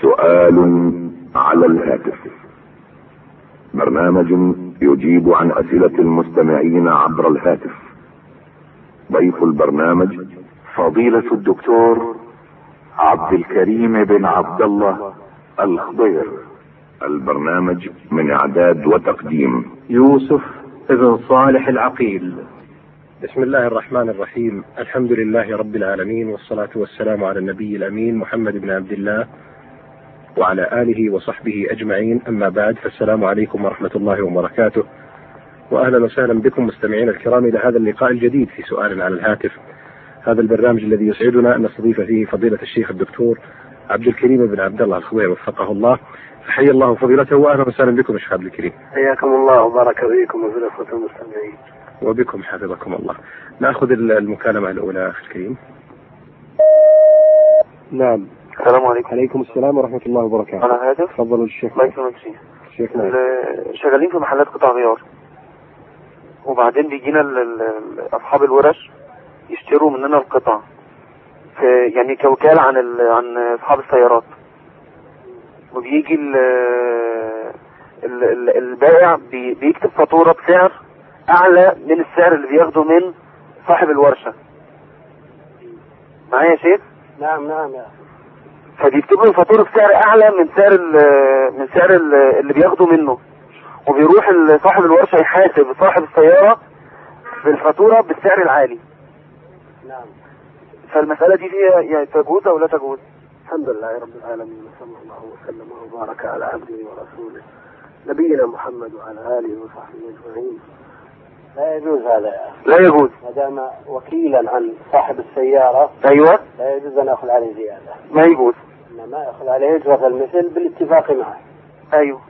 سؤال على الهاتف برنامج يجيب عن اسئلة المستمعين عبر الهاتف ضيف البرنامج فضيلة الدكتور عبد الكريم بن عبد الله الخضير البرنامج من اعداد وتقديم يوسف ابن صالح العقيل بسم الله الرحمن الرحيم الحمد لله رب العالمين والصلاة والسلام على النبي الأمين محمد بن عبد الله وعلى آله وصحبه أجمعين أما بعد فالسلام عليكم ورحمة الله وبركاته وأهلا وسهلا بكم مستمعين الكرام إلى هذا اللقاء الجديد في سؤال على الهاتف هذا البرنامج الذي يسعدنا أن نستضيف فيه فضيلة الشيخ الدكتور عبد الكريم بن عبد الله الخوير وفقه الله فحي الله فضيلته وأهلا وسهلا بكم الشيخ عبد الكريم حياكم الله وبارك فيكم وفي الأخوة المستمعين وبكم حفظكم الله نأخذ المكالمة الأولى أخي الكريم نعم السلام عليكم عليكم السلام ورحمة الله وبركاته على الهاتف تفضلوا الشيخ الله يكرمك شيخ نعم. شيخنا ال- شغالين في محلات قطع غيار وبعدين بيجينا ال- ال- ال- اصحاب الورش يشتروا مننا القطع في يعني كوكالة عن ال- عن اصحاب السيارات وبيجي ال ال- ال- البائع بي- بيكتب فاتورة بسعر اعلى من السعر اللي بياخده من صاحب الورشة معايا يا شيخ نعم نعم يا فبيكتب له الفاتوره بسعر اعلى من سعر ال- من سعر ال- اللي بياخده منه وبيروح ال- صاحب الورشه يحاسب صاحب السياره بالفاتوره بالسعر العالي نعم فالمساله دي فيها يعني تجوز او لا تجوز الحمد لله رب العالمين وصلى الله وسلم وبارك على عبده ورسوله نبينا محمد وعلى اله وصحبه اجمعين لا يجوز هذا يا اخي لا يجوز ما دام وكيلا عن صاحب السياره ايوه لا يجوز ان اخذ عليه زياده ما يجوز انما اخذ عليه اجره المثل بالاتفاق معه ايوه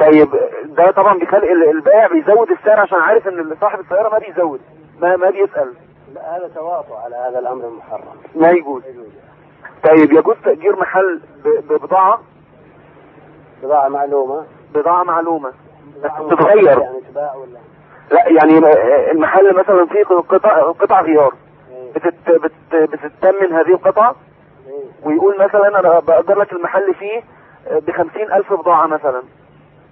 طيب ده طبعا بيخلي ال- البائع بيزود السعر عشان عارف ان اللي صاحب السياره ما بيزود ما ما بيسال لا، هذا تواطؤ على هذا الامر المحرم ما يجوز لا يجوز يا أخي. طيب يجوز تاجير محل ب- ببضاعه بضاعه معلومه بضاعه معلومه بضاعة تتغير. يعني تباع ولا لا يعني المحل مثلا فيه قطع قطع غيار إيه. بتت بت بتتمن هذه القطعة إيه. ويقول مثلا انا بأجر لك المحل فيه آه، بخمسين الف بضاعة مثلا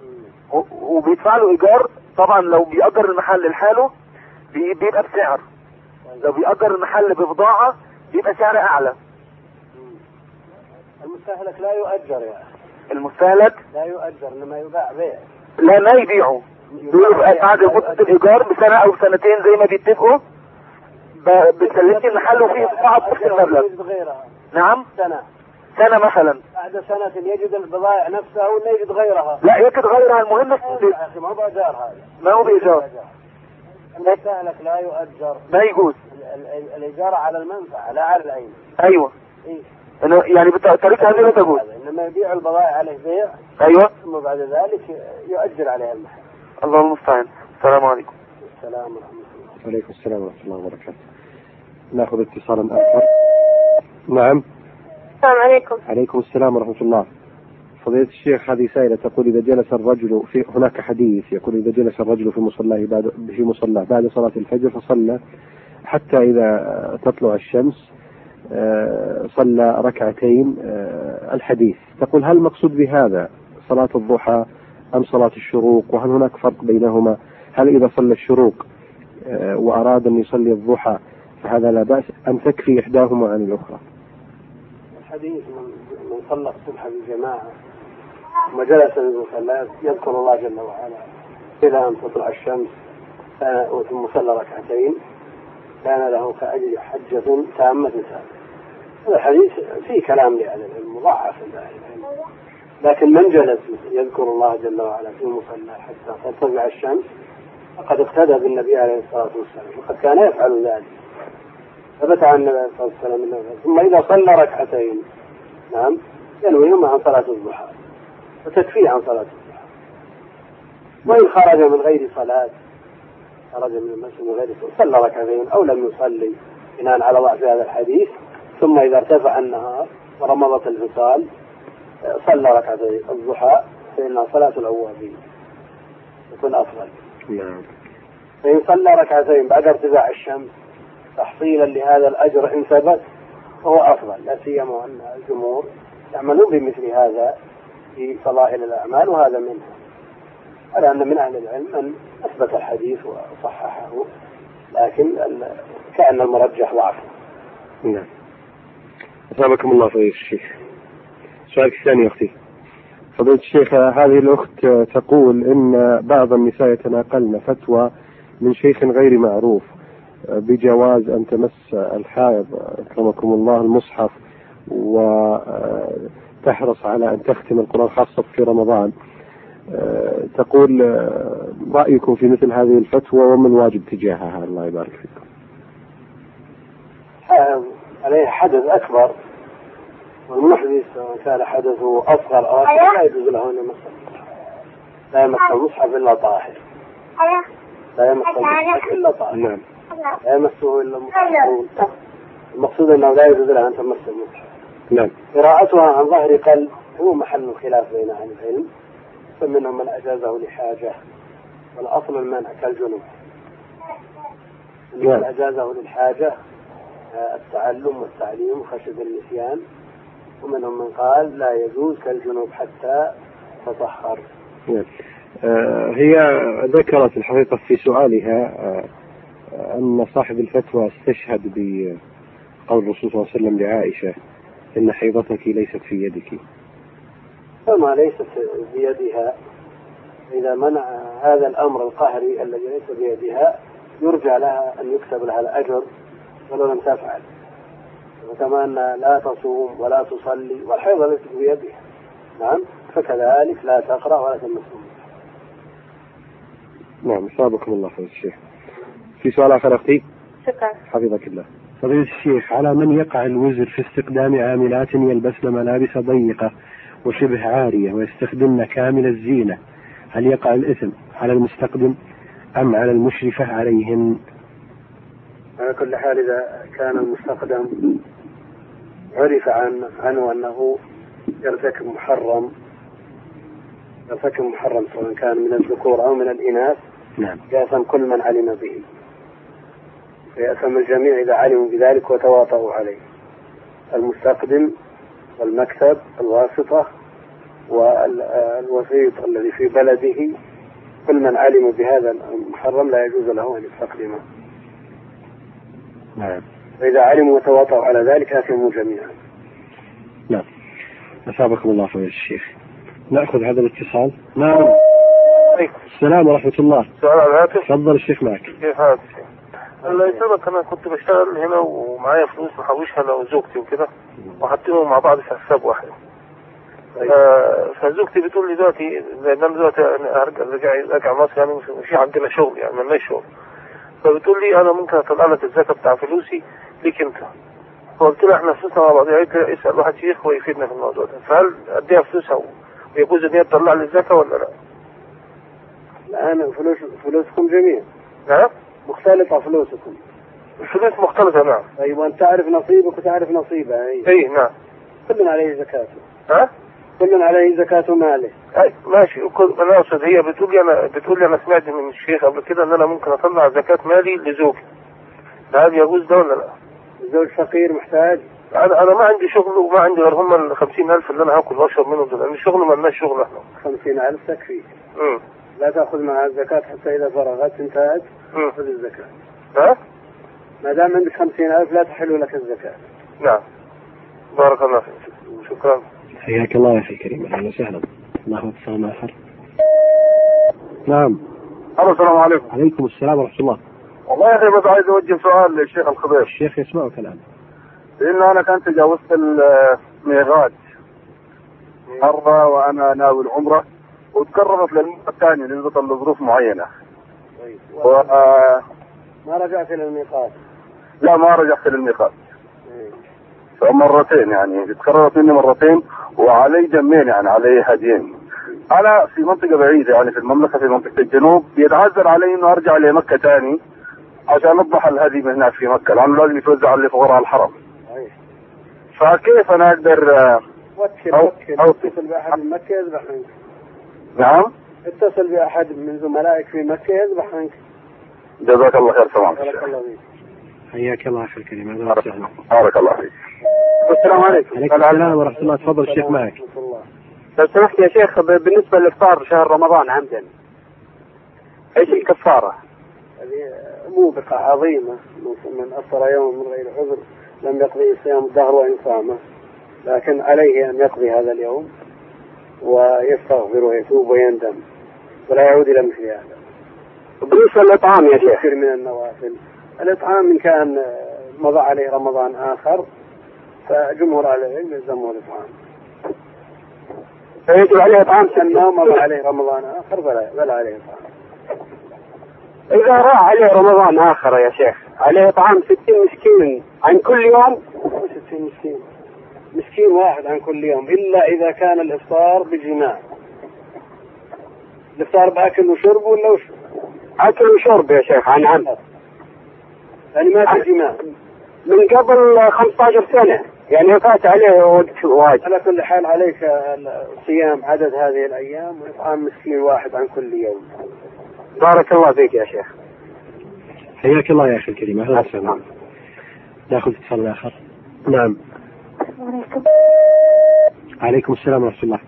مم. و- وبيدفع له ايجار طبعا لو بيأجر المحل لحاله بي- بيبقى بسعر لو بيأجر المحل ببضاعة بيبقى سعر اعلى مم. المستهلك لا يؤجر يا اخي المستهلك لا يؤجر انما يباع بيع لا ما يبيعه يباع بيقول بيع. بعد لا مدة يؤجر. الايجار بسنة او سنتين زي ما بيتفقوا ب- بتسلمني المحل وفيه بضاعة بنفس أجر المبلغ ويجد غيرها نعم سنة سنة مثلا بعد سنة يجد البضائع نفسها ولا يجد غيرها لا يجد غيرها المهم أيوة يا أخي ما هو بأجار هذا ما هو بإيجار بأجار. المستهلك لا يؤجر ما يجوز ال- ال- الإيجار على المنفعة لا على العين ايوه إيه؟ أنا يعني بالطريقة هذه لا تجوز هذا. إنما يبيع البضائع عليه بيع ايوه ثم بعد ذلك يؤجر عليها المحل الله المستعان السلام عليكم السلام ورحمة الله وعليكم السلام ورحمة الله وبركاته ناخذ اتصالا آخر نعم السلام عليكم عليكم السلام ورحمة الله فضيلة الشيخ هذه سائلة تقول إذا جلس الرجل في هناك حديث يقول إذا جلس الرجل في مصلاه بعد في مصلاه بعد صلاة الفجر فصلى حتى إذا تطلع الشمس آه، صلى ركعتين آه، الحديث تقول هل المقصود بهذا صلاة الضحى أم صلاة الشروق وهل هناك فرق بينهما هل إذا صلى الشروق آه، وأراد أن يصلي الضحى فهذا لا بأس أم تكفي إحداهما عن الأخرى الحديث من من صلى الصبح بجماعة ثم جلس في المصلى يذكر الله جل وعلا إلى أن تطلع الشمس كان- ثم صلى ركعتين كان له كأجر حجة تامة سابقة هذا الحديث فيه كلام لأهل العلم مضاعف عند أهل العلم لكن من جلس يذكر الله جل وعلا في المصلى حتى تطلع الشمس فقد اقتدى بالنبي عليه الصلاة والسلام وقد كان يفعل ذلك ثبت عن النبي عليه الصلاة والسلام أنه ثم إذا صلى ركعتين نعم ينويهما عن صلاة الضحى وتكفيه عن صلاة الضحى وإن خرج من غير صلاة خرج من المسجد من غير صلاة صلى ركعتين أو لم يصلي بناء على ضعف هذا الحديث ثم إذا ارتفع النهار ورمضت الفصال آه، صلى ركعتين الضحى فإنها صلاة الأوابين تكون أفضل نعم فإن صلى ركعتين بعد ارتفاع الشمس تحصيلا لهذا الأجر إن ثبت فهو أفضل لا سيما أن الجمهور يعملون بمثل هذا في فضائل الأعمال وهذا منها على أن من أهل العلم من أثبت الحديث وصححه لكن ال- كأن المرجح ضعفه نعم أثابكم الله فضيلة الشيخ سؤالك الثاني يا أختي فضيلة الشيخ هذه الأخت تقول إن بعض النساء يتناقلن فتوى من شيخ غير معروف بجواز أن تمس الحائض أكرمكم الله المصحف وتحرص على أن تختم القرآن خاصة في رمضان تقول رأيكم في مثل هذه الفتوى وما الواجب تجاهها الله يبارك فيكم حائض عليه حدث أكبر والمحدث سواء كان حدثه أصغر أو أكبر لا يجوز له أن يمس المصحف. لا يمس المصحف إلا طاهر لا يمس المصحف إلا طاهر نعم لا يمسه إلا المصحفون المقصود أنه لا يجوز لها أن تمس المصحف نعم قراءتها عن ظهر قلب هو محل الخلاف بين أهل العلم فمنهم من أجازه لحاجة والأصل المنع كالجنوب نعم. من أجازه للحاجة آه، التعلم والتعليم خشية النسيان ومنهم من قال لا يجوز كالجنوب حتى تطهر نعم. آه، هي ذكرت الحقيقة في سؤالها آه، آه، أن صاحب الفتوى استشهد بقول الرسول صلى الله عليه وسلم لعائشة إن حيضتك ليست في يدك فما ليست بيدها إذا منع هذا الأمر القهري الذي ليس بيدها يرجى لها أن يكتب لها الأجر ولو لم تفعل وكما أن لا تصوم ولا تصلي والحيض ليست بيدها نعم فكذلك لا تقرأ ولا تمسون نعم أثابكم الله خير الشيخ في سؤال آخر أختي شكرا حفظك الله فضيلة الشيخ على من يقع الوزر في استخدام عاملات يلبسن ملابس ضيقة وشبه عارية ويستخدمن كامل الزينة هل يقع الإثم على المستخدم أم على المشرفة عليهن على كل حال إذا كان المستخدم عرف عن عنه أنه يرتكب محرم يرتكب محرم سواء كان من الذكور أو من الإناث نعم يأثم كل من علم به ويأثم الجميع إذا علموا بذلك وتواطؤوا عليه المستقدم والمكتب الواسطة والوسيط الذي في بلده كل من علم بهذا المحرم لا يجوز له أن يستقدمه نعم فإذا علموا وتواطؤوا على ذلك أثموا جميعا نعم أثابكم الله فضيلة الشيخ نأخذ هذا الاتصال نعم عليكم. السلام ورحمة الله سؤال على الهاتف تفضل الشيخ معك كيف حالك اللي سبق انا كنت بشتغل هنا ومعايا فلوس محوشها انا وزوجتي وكده وحاطينهم مع بعض في حساب واحد ف- فزوجتي بتقول لي دلوقتي لان انا دلوقتي أنا هرجع رجع راجع مصر يعني مش مش عندنا شغل يعني مالناش شغل فبتقول لي انا ممكن اطلع لك الزكاه بتاع فلوسي ليك انت فقلت لها احنا فلوسنا مع بعض قالت لي اسال واحد شيخ ويفيدنا في الموضوع ده فهل اديها فلوسها و- ويجوز ان هي تطلع لي الزكاه ولا لا؟ الآن فلوس فلوسكم جميعا نعم مختلطة فلوسكم الفلوس مختلطه نعم طيب وأن تعرف نصيبك وتعرف نصيبها هي اي نعم كل عليه زكاته ها؟ كل عليه زكاة ماله اي ماشي وكل- انا اقصد هي بتقول لي انا بتقول لي انا سمعت من الشيخ قبل كده ان انا ممكن اطلع زكاه مالي لزوجي هل يجوز ده ولا لا؟ الزوج فقير محتاج انا انا ما عندي شغل وما عندي غير هم ال 50000 اللي انا هاكل واشرب منهم دول لان الشغل ما لناش شغل احنا خمسين ألف تكفيك امم لا تأخذ معها الزكاة حتى إذا فرغت انتهت امم خذ الزكاة ها؟ ما دام عندك خمسين ألف لا تحل لك الزكاة نعم بارك الله فيك شكرا حياك الله يا أخي الكريم أهلا وسهلا نأخذ اتصال آخر نعم الو السلام عليكم عليكم السلام ورحمة الله والله يا اخي بس عايز اوجه سؤال للشيخ الخبير الشيخ يسمعك الآن لان انا كنت تجاوزت الميقات مره وانا ناوي العمره وتكررت للمره الثانيه نسبه لظروف معينه و... آه، ما رجعت إلى الميقات لا ما رجعت للميقات إيه. مرتين يعني تكررت مني مرتين وعلي دمين يعني علي هديين انا في منطقه بعيده يعني في المملكه في منطقه الجنوب يتعذر علي انه ارجع لمكه تاني عشان اذبح الهدي من هناك في مكه لانه لازم يتوزع على اللي في غرها الحرم صحيح. فكيف انا اقدر آه، وكل أو- وكل أو- اتصل بأحد من مكة يذبح عنك نعم اتصل بأحد من زملائك في مكة يذبح عنك جزاك الله خير سمعك بارك الله فيك حياك الله اخي الكريم اهلا وسهلا بارك الله فيك السلام عليكم عليكم السلام ورحمه الله تفضل الشيخ معك ورحمة الله. لو سمحت يا شيخ ب- بالنسبة لإفطار شهر رمضان عمدا إيش الكفارة؟ هذه موبقة عظيمة من- من أفطر يوم من غير عذر لم يقضي صيام الدهر وإن صامه لكن عليه أن يقضي هذا اليوم ويستغفر ويتوب ويندم ولا يعود إلى مثل هذا بالنسبة للإطعام يا شيخ كثير من النوافل الإطعام إن كان مضى عليه رمضان آخر فجمهور أهل العلم يلزمه الإطعام فيجب عليه اطعام سنه مضى عليه رمضان اخر فلا ولا عليه اطعام. اذا راح عليه رمضان اخر يا شيخ عليه اطعام 60 مسكين عن كل يوم 60 مسكين مسكين واحد عن كل يوم الا اذا كان الافطار بجماع الافطار باكل وشرب ولا وش؟ اكل وشرب يا شيخ عن عمد يعني ما في جماع من قبل 15 سنه يعني فات عليه وقت واجد على كل حال عليك صيام عدد هذه الايام واطعام مسكين واحد عن كل يوم بارك الله فيك يا شيخ نعم. حياك الله يا اخي الكريم اهلا وسهلا ناخذ اتصال اخر نعم السلام عليكم عليكم السلام ورحمه الله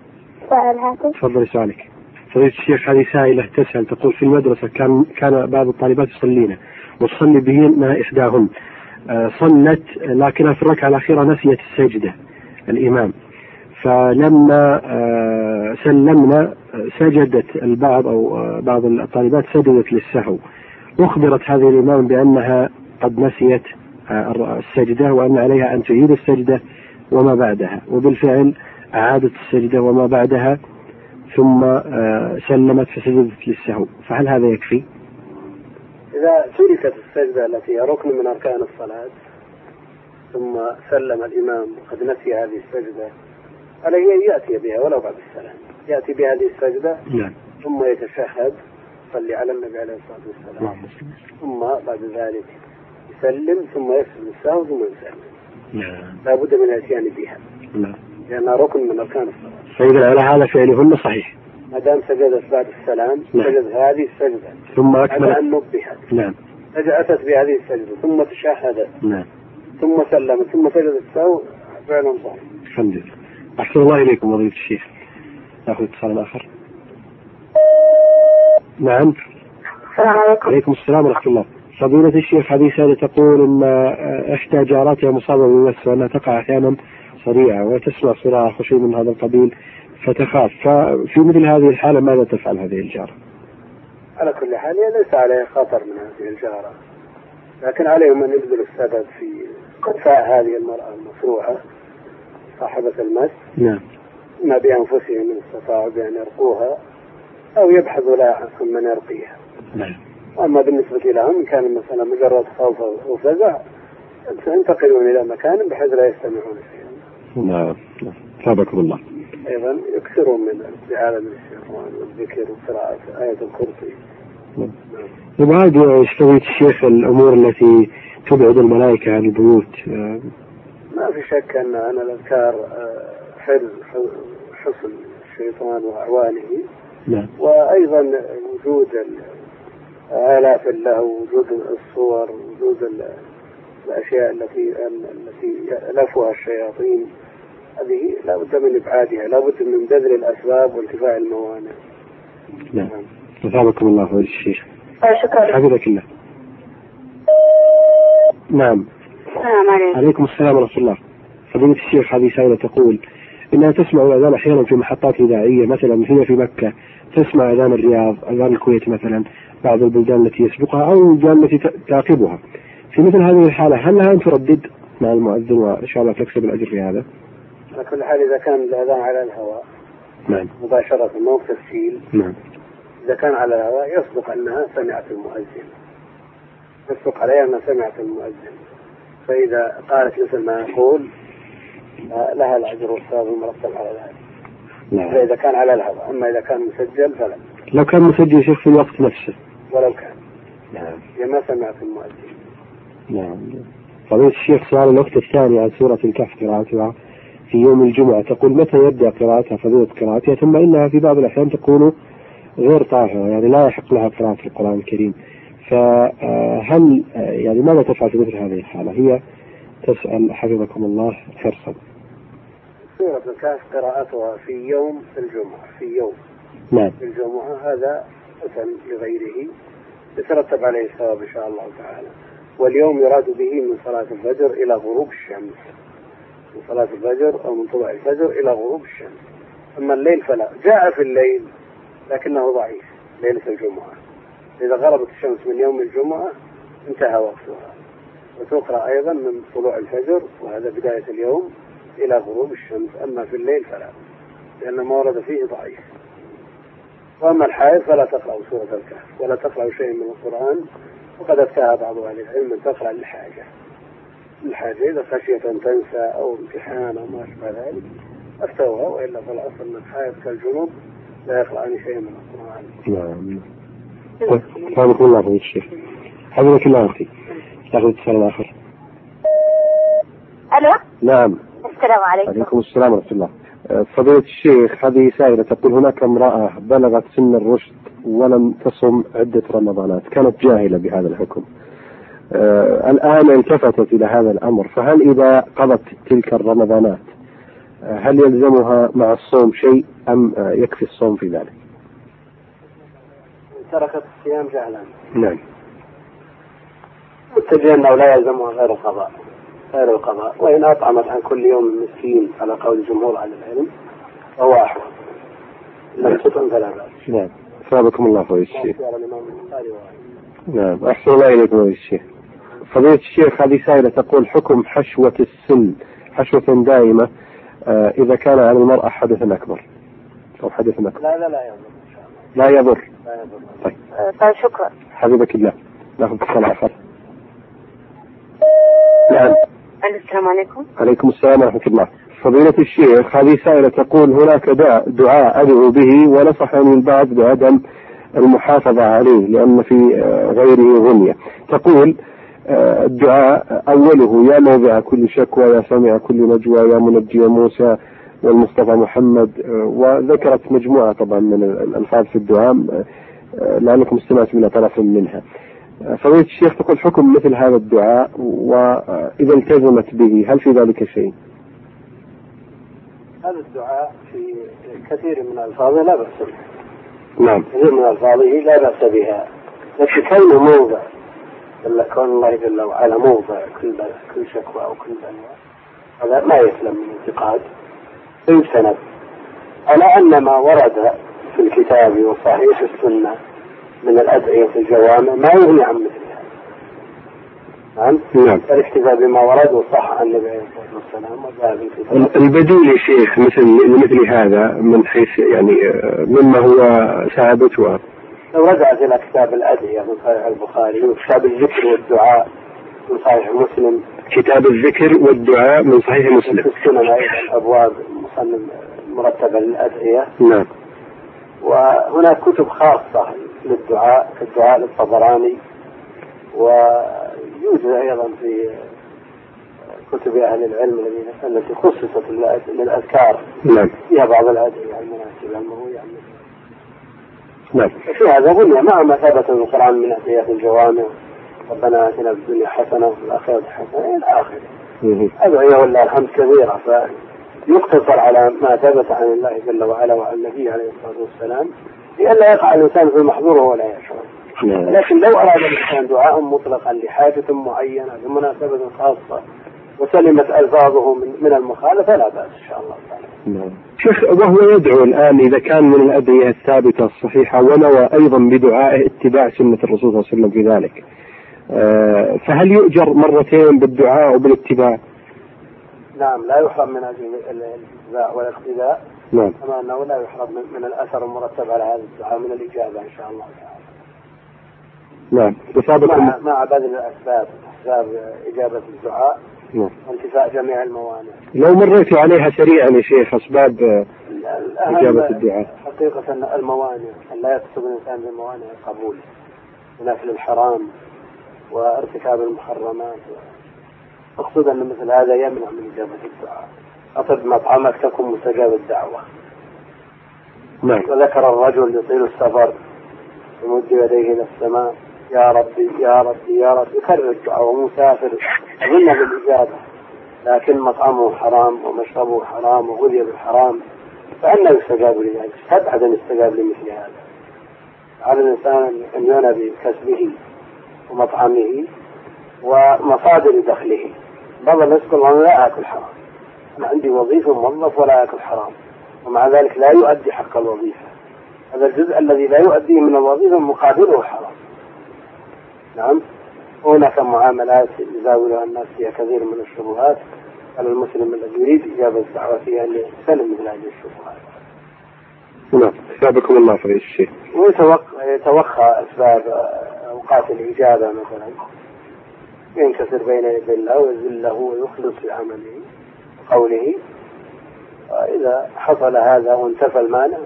سؤال هاتف تفضلي سؤالك فضيلة الشيخ هذه سائلة تسأل تقول في المدرسة كان كان بعض الطالبات يصلين وتصلي بهن إحداهن آه، صلت لكنها في الركعة الأخيرة نسيت السجدة الإمام فلما آه، سلمنا آه، سجدت البعض أو آه، بعض الطالبات سجدت للسهو أخبرت هذه الإمام بأنها قد نسيت آه، الر- السجدة وأن عليها أن تعيد السجدة وما بعدها وبالفعل أعادت السجدة وما بعدها ثم آه، سلمت فسجدت للسهو فهل هذا يكفي؟ اذا تركت السجده التي هي ركن من اركان الصلاه ثم سلم الامام وقد نسي هذه السجده عليه ان ياتي بها ولو بعد السلام ياتي بهذه السجده نعم ثم يتشهد صلي على النبي عليه الصلاه والسلام اللهم صل وسلم. ثم بعد ذلك يسلم ثم يسلم السهو ثم يسلم نعم لا بد من الاتيان بها نعم لانها ركن من اركان الصلاه فإذا على هذا فعلهن صحيح ما دام سجدت بعد السلام نعم. سجدت هذه السجده ثم على أكملت ان نبهت نعم أتت بهذه السجدة ثم تشهدت نعم ثم سلمت ثم سجدت سو فعل صحيح الحمد لله أحسن الله إليكم وظيفة الشيخ ناخذ اتصال آخر نعم السلام عليكم عليكم السلام ورحمة الله فضيلة الشيخ هذه سادة تقول أن آه، إحدى جاراتها مصابة بالوسواس وأنها تقع أحيانا صريعة وتسمع صراخ وشيء من هذا القبيل فتخاف ففي مثل هذه الحالة ماذا تفعل هذه الجارة؟ على كل حال هي ليس عليه خطر من هذه الجارة لكن عليهم أن يبذلوا السبب في إطفاء هذه المرأة المصروعة صاحبة المس نعم إما بأنفسهم إن استطاعوا بأن يرقوها أو يبحثوا لها عن من يرقيها نعم أما بالنسبة لهم إن كان المسألة مجرد خوف أو فزع سينتقلون إلى مكان بحيث لا يستمعون فيه نعم نعم. تابكم الله ايضا يكثرون من الاستعاذه من الشيطان والذكر وقراءه ايه الكرسي وبعد يستوي الشيخ الأمور التي تبعد الملائكة عن البيوت آه، ما في شك ان ان الاذكار آه، حل حل- حصن الشيطان واعوانه نعم وايضا وجود ال- الاف اللهو وجود الصور وجود ال- الاشياء التي التي يالفها الشياطين هذه لا بد من ابعادها لا بد من بذل الاسباب وانتفاع الموانع نعم تابكم الله فضيلة الشيخ آه، شكرا لك حفظك الله نعم السلام عليكم عليكم السلام ورحمة الله فضيلة الشيخ هذه سائلة تقول إنها تسمع الأذان أحيانا في محطات إذاعية مثلا هي في مكة تسمع أذان الرياض أذان الكويت مثلا بعض البلدان التي يسبقها أو البلدان التي ت- تعقبها في مثل هذه الحالة هل لها أن تردد مع المؤذن وإن شاء الله تكسب الأجر في هذا؟ على كل حال اذا كان الاذان على الهواء نعم مباشره ما هو تسجيل نعم إذا كان على الهواء يصدق أنها سمعت المؤذن يصدق عليها أنها سمعت المؤذن فإذا قالت مثل ما يقول آه، لها الأجر والثواب المرتب على ذلك نعم فإذا كان على الهواء أما إذا كان مسجل فلا لو كان مسجل شيخ في الوقت نفسه ولو كان نعم هي ما سمعت المؤذن نعم فضيلة الشيخ سؤال الوقت الثاني عن سورة الكهف قراءتها في يوم الجمعة تقول متى يبدأ قراءتها فضيلة قراءتها ثم إنها في بعض الأحيان تكون غير طاهرة يعني لا يحق لها قراءة القرآن الكريم فهل يعني ماذا تفعل في مثل هذه الحالة؟ هي تسأل حفظكم الله حرصا. سورة الكهف قراءتها في يوم الجمعة في يوم نعم. الجمعة هذا حسن لغيره يترتب عليه الثواب إن شاء الله تعالى واليوم يراد به من صلاة الفجر إلى غروب الشمس من صلاة الفجر أو من طلوع الفجر إلى غروب الشمس أما الليل فلا جاء في الليل لكنه ضعيف ليلة الجمعة إذا غربت الشمس من يوم الجمعة انتهى وقتها وتقرأ أيضا من طلوع الفجر وهذا بداية اليوم إلى غروب الشمس أما في الليل فلا لأن ما ورد فيه ضعيف وأما الحائض فلا تقرأ سورة الكهف ولا تقرأ شيء من القرآن وقد أفتاها بعض أهل العلم أن تقرأ للحاجة الحاجة إذا خشيت أن تنسى أو امتحان أو ما أشبه ذلك أفتوها وإلا فالأصل أن الحائض كالجنوب لا يقرأان شيء من القرآن نعم. حفظكم الله فضيلة الشيخ. حفظك الله أختي. ناخذ اتصال آخر. الو نعم. السلام عليكم عليكم السلام ورحمة الله. آه، فضيلة الشيخ هذه سائلة تقول هناك امرأة بلغت سن الرشد ولم تصم عدة رمضانات كانت جاهلة بهذا الحكم آه، الآن التفتت إلى هذا الأمر فهل إذا قضت تلك الرمضانات آه، هل يلزمها مع الصوم شيء أم آه، يكفي الصوم في ذلك تركت الصيام جهلا نعم متجه أنه لا يلزمها غير القضاء غير القضاء وإن أطعمت عن كل يوم مسكين على قول جمهور أهل العلم فهو أحوط لم تطعم فلا بأس نعم أثابكم الله فضيلة الشيخ قال الإمام البخاري وغيره. نعم أحسن الله إليكم يا الشيخ فضيلة الشيخ هذه سائلة تقول حكم حشوة السن حشوة دائمة آه، إذا كان على المرأة حدث أكبر أو حدث أكبر لا لا لا يضر إن شاء الله لا يضر لا يضر آه، طيب شكرا حبيبك الله ناخذ اتصال آخر نعم ألو، السلام عليكم عليكم السلام ورحمة الله فضيلة الشيخ هذه سائلة تقول هناك داء دعاء أدعو به ونصحني البعض بعدم المحافظة عليه لأن في آه، غيره غنية تقول آه، الدعاء أوله يا موضع كل شكوى يا سامع كل نجوى يا منجي موسى والمصطفى محمد آه، وذكرت مجموعة طبعا من ال- الألفاظ في الدعاء آه، لعلكم استمعت من طرف منها آه، فضيلة الشيخ تقول حكم مثل هذا الدعاء وإذا التزمت به هل في ذلك شيء؟ هذا الدعاء في كثير من ألفاظه لا بأس به نعم كثير من ألفاظه لا بأس بها لكن كونه موضع إلا كون الله جل وعلا موضع كل بلاء كل شكوى أو كل بلاء هذا ما يسلم من انتقاد يجتنب على أن ما ورد في الكتاب وصحيح السنة من الأدعية في الجوامع ما يغني عن مثلها نعم نعم الاكتفاء بما ورد وصح عن النبي عليه الصلاة والسلام وجاء في الكتاب البديل يا شيخ مثل مثل هذا من حيث يعني آه، مما هو سابته لو رجعت الى كتاب الادعيه من صحيح البخاري وكتاب الذكر والدعاء من صحيح مسلم كتاب الذكر والدعاء من صحيح في مسلم السنن ايضا ابواب مصنف مرتبه للادعيه نعم وهناك كتب خاصه للدعاء كالدعاء للطبراني ويوجد ايضا في كتب اهل العلم الذين التي خصصت للأد- للاذكار نعم فيها بعض الادعيه المناسبه المرويه عن النبي. نعم في هذا غنى مع ما ثبت في القرآن من أدعية الجوامع ربنا آتنا في الدنيا حسنة وفي الآخرة حسنة إلى آخره مه. أدعية والله الحمد كبيرة فيقتصر على ما ثبت عن الله جل وعلا وعن النبي عليه الصلاة والسلم لئلا يقع الإنسان في محظوره ولا يشعر نعم لكن لو أراد الإنسان دعاء مطلقا لحاجة معينة لمناسبة خاصة وسلمت ألفاظه من, من المخالفة لا بأس إن شاء الله تعالى نعم. شيخ وهو يدعو الآن إذا كان من الأدعية الثابتة الصحيحة ونوى أيضا بدعائه اتباع سنة الرسول صلى الله عليه وسلم في ذلك آه، فهل يؤجر مرتين بالدعاء وبالاتباع؟ نعم لا يحرم من أجل الاتباع والاقتداء نعم كما انه لا يحرم من, من الاثر المرتب على هذا الدعاء من الاجابه ان شاء الله تعالى. نعم مع وسابقا مع بذل الاسباب اسباب اجابه الدعاء نعم. وانتفاء جميع الموانع. لو مريت عليها سريعا يا شيخ أسباب آه، الأهم إجابة الدعاء. حقيقه أن الموانع ان لا يكتب الانسان بموانع القبول من اكل الحرام وارتكاب المحرمات اقصد ان مثل هذا يمنع من اجابه الدعاء. اطب مطعمك تكن مستجاب الدعوه. نعم وذكر الرجل يطيل السفر يمد يديه الى السماء يا ربي يا ربي يا ربي يكرر الدعاء ومسافر ظن بالاجابه لكن مطعمه حرام ومشربه حرام وغذي بالحرام فأنا يستجاب لذلك استبعد أن يستجاب لمثل هذا على الإنسان أن يعنى بكسبه ومطعمه ومصادر دخله بعض الناس يقول أنا لا آكل حرام أنا عندي وظيفة موظف ولا آكل حرام ومع ذلك لا يؤدي حق الوظيفة هذا الجزء الذي لا يؤديه من الوظيفة مقابله حرام نعم هناك معاملات يزاولها الناس فيها كثير من الشبهات على المسلم الذي يريد إجابة الدعوة فيها أن يسلم مثل هذه الشبهات نعم اثابكم الله فضيلة الشيخ ويتوخى أسباب أوقات الإجابة مثلا ينكسر بين يدي الله ويذله ويخلص في عمله وقوله وإذا حصل هذا وانتفى المانع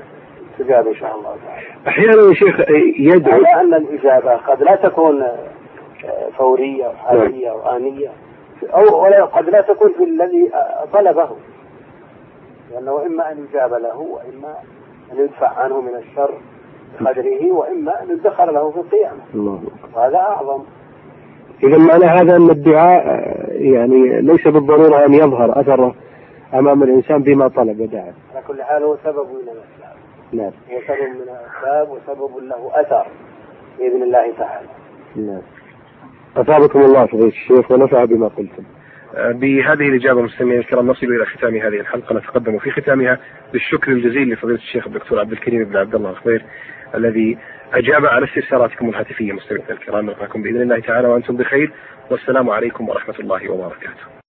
استجاب إن شاء الله تعالى احيانا يا شيخ آه، يدعو على أن الإجابة قد لا تكون آه، فورية وحالية وآنية أو ولا قد لا تكون في الذي آه، طلبه لأنه إما أن يجاب له وإما أن يدفع عنه من الشر بقدره وإما أن يدخر له في القيامة الله وهذا أعظم اذا معنى هذا ان الدعاء آه، يعني ليس بالضروره ان يظهر اثره امام الانسان بما طلب ودعا على كل حال هو سبب من الأسباب نعم هو سبب من الأسباب وسبب له أثر بإذن الله تعالى نعم اثابكم الله فضيلة الشيخ ونفع بما قلتم آه، بهذه الإجابة مستمعينا الكرام نصل إلى ختام هذه الحلقة نتقدم في ختامها بالشكر الجزيل لفضيلة الشيخ الدكتور عبد الكريم بن عبد الله الخضير الذي أجاب على استفساراتكم الهاتفية مستمعينا الكرام نلقاكم بإذن الله تعالى وأنتم بخير والسلام عليكم ورحمة الله وبركاته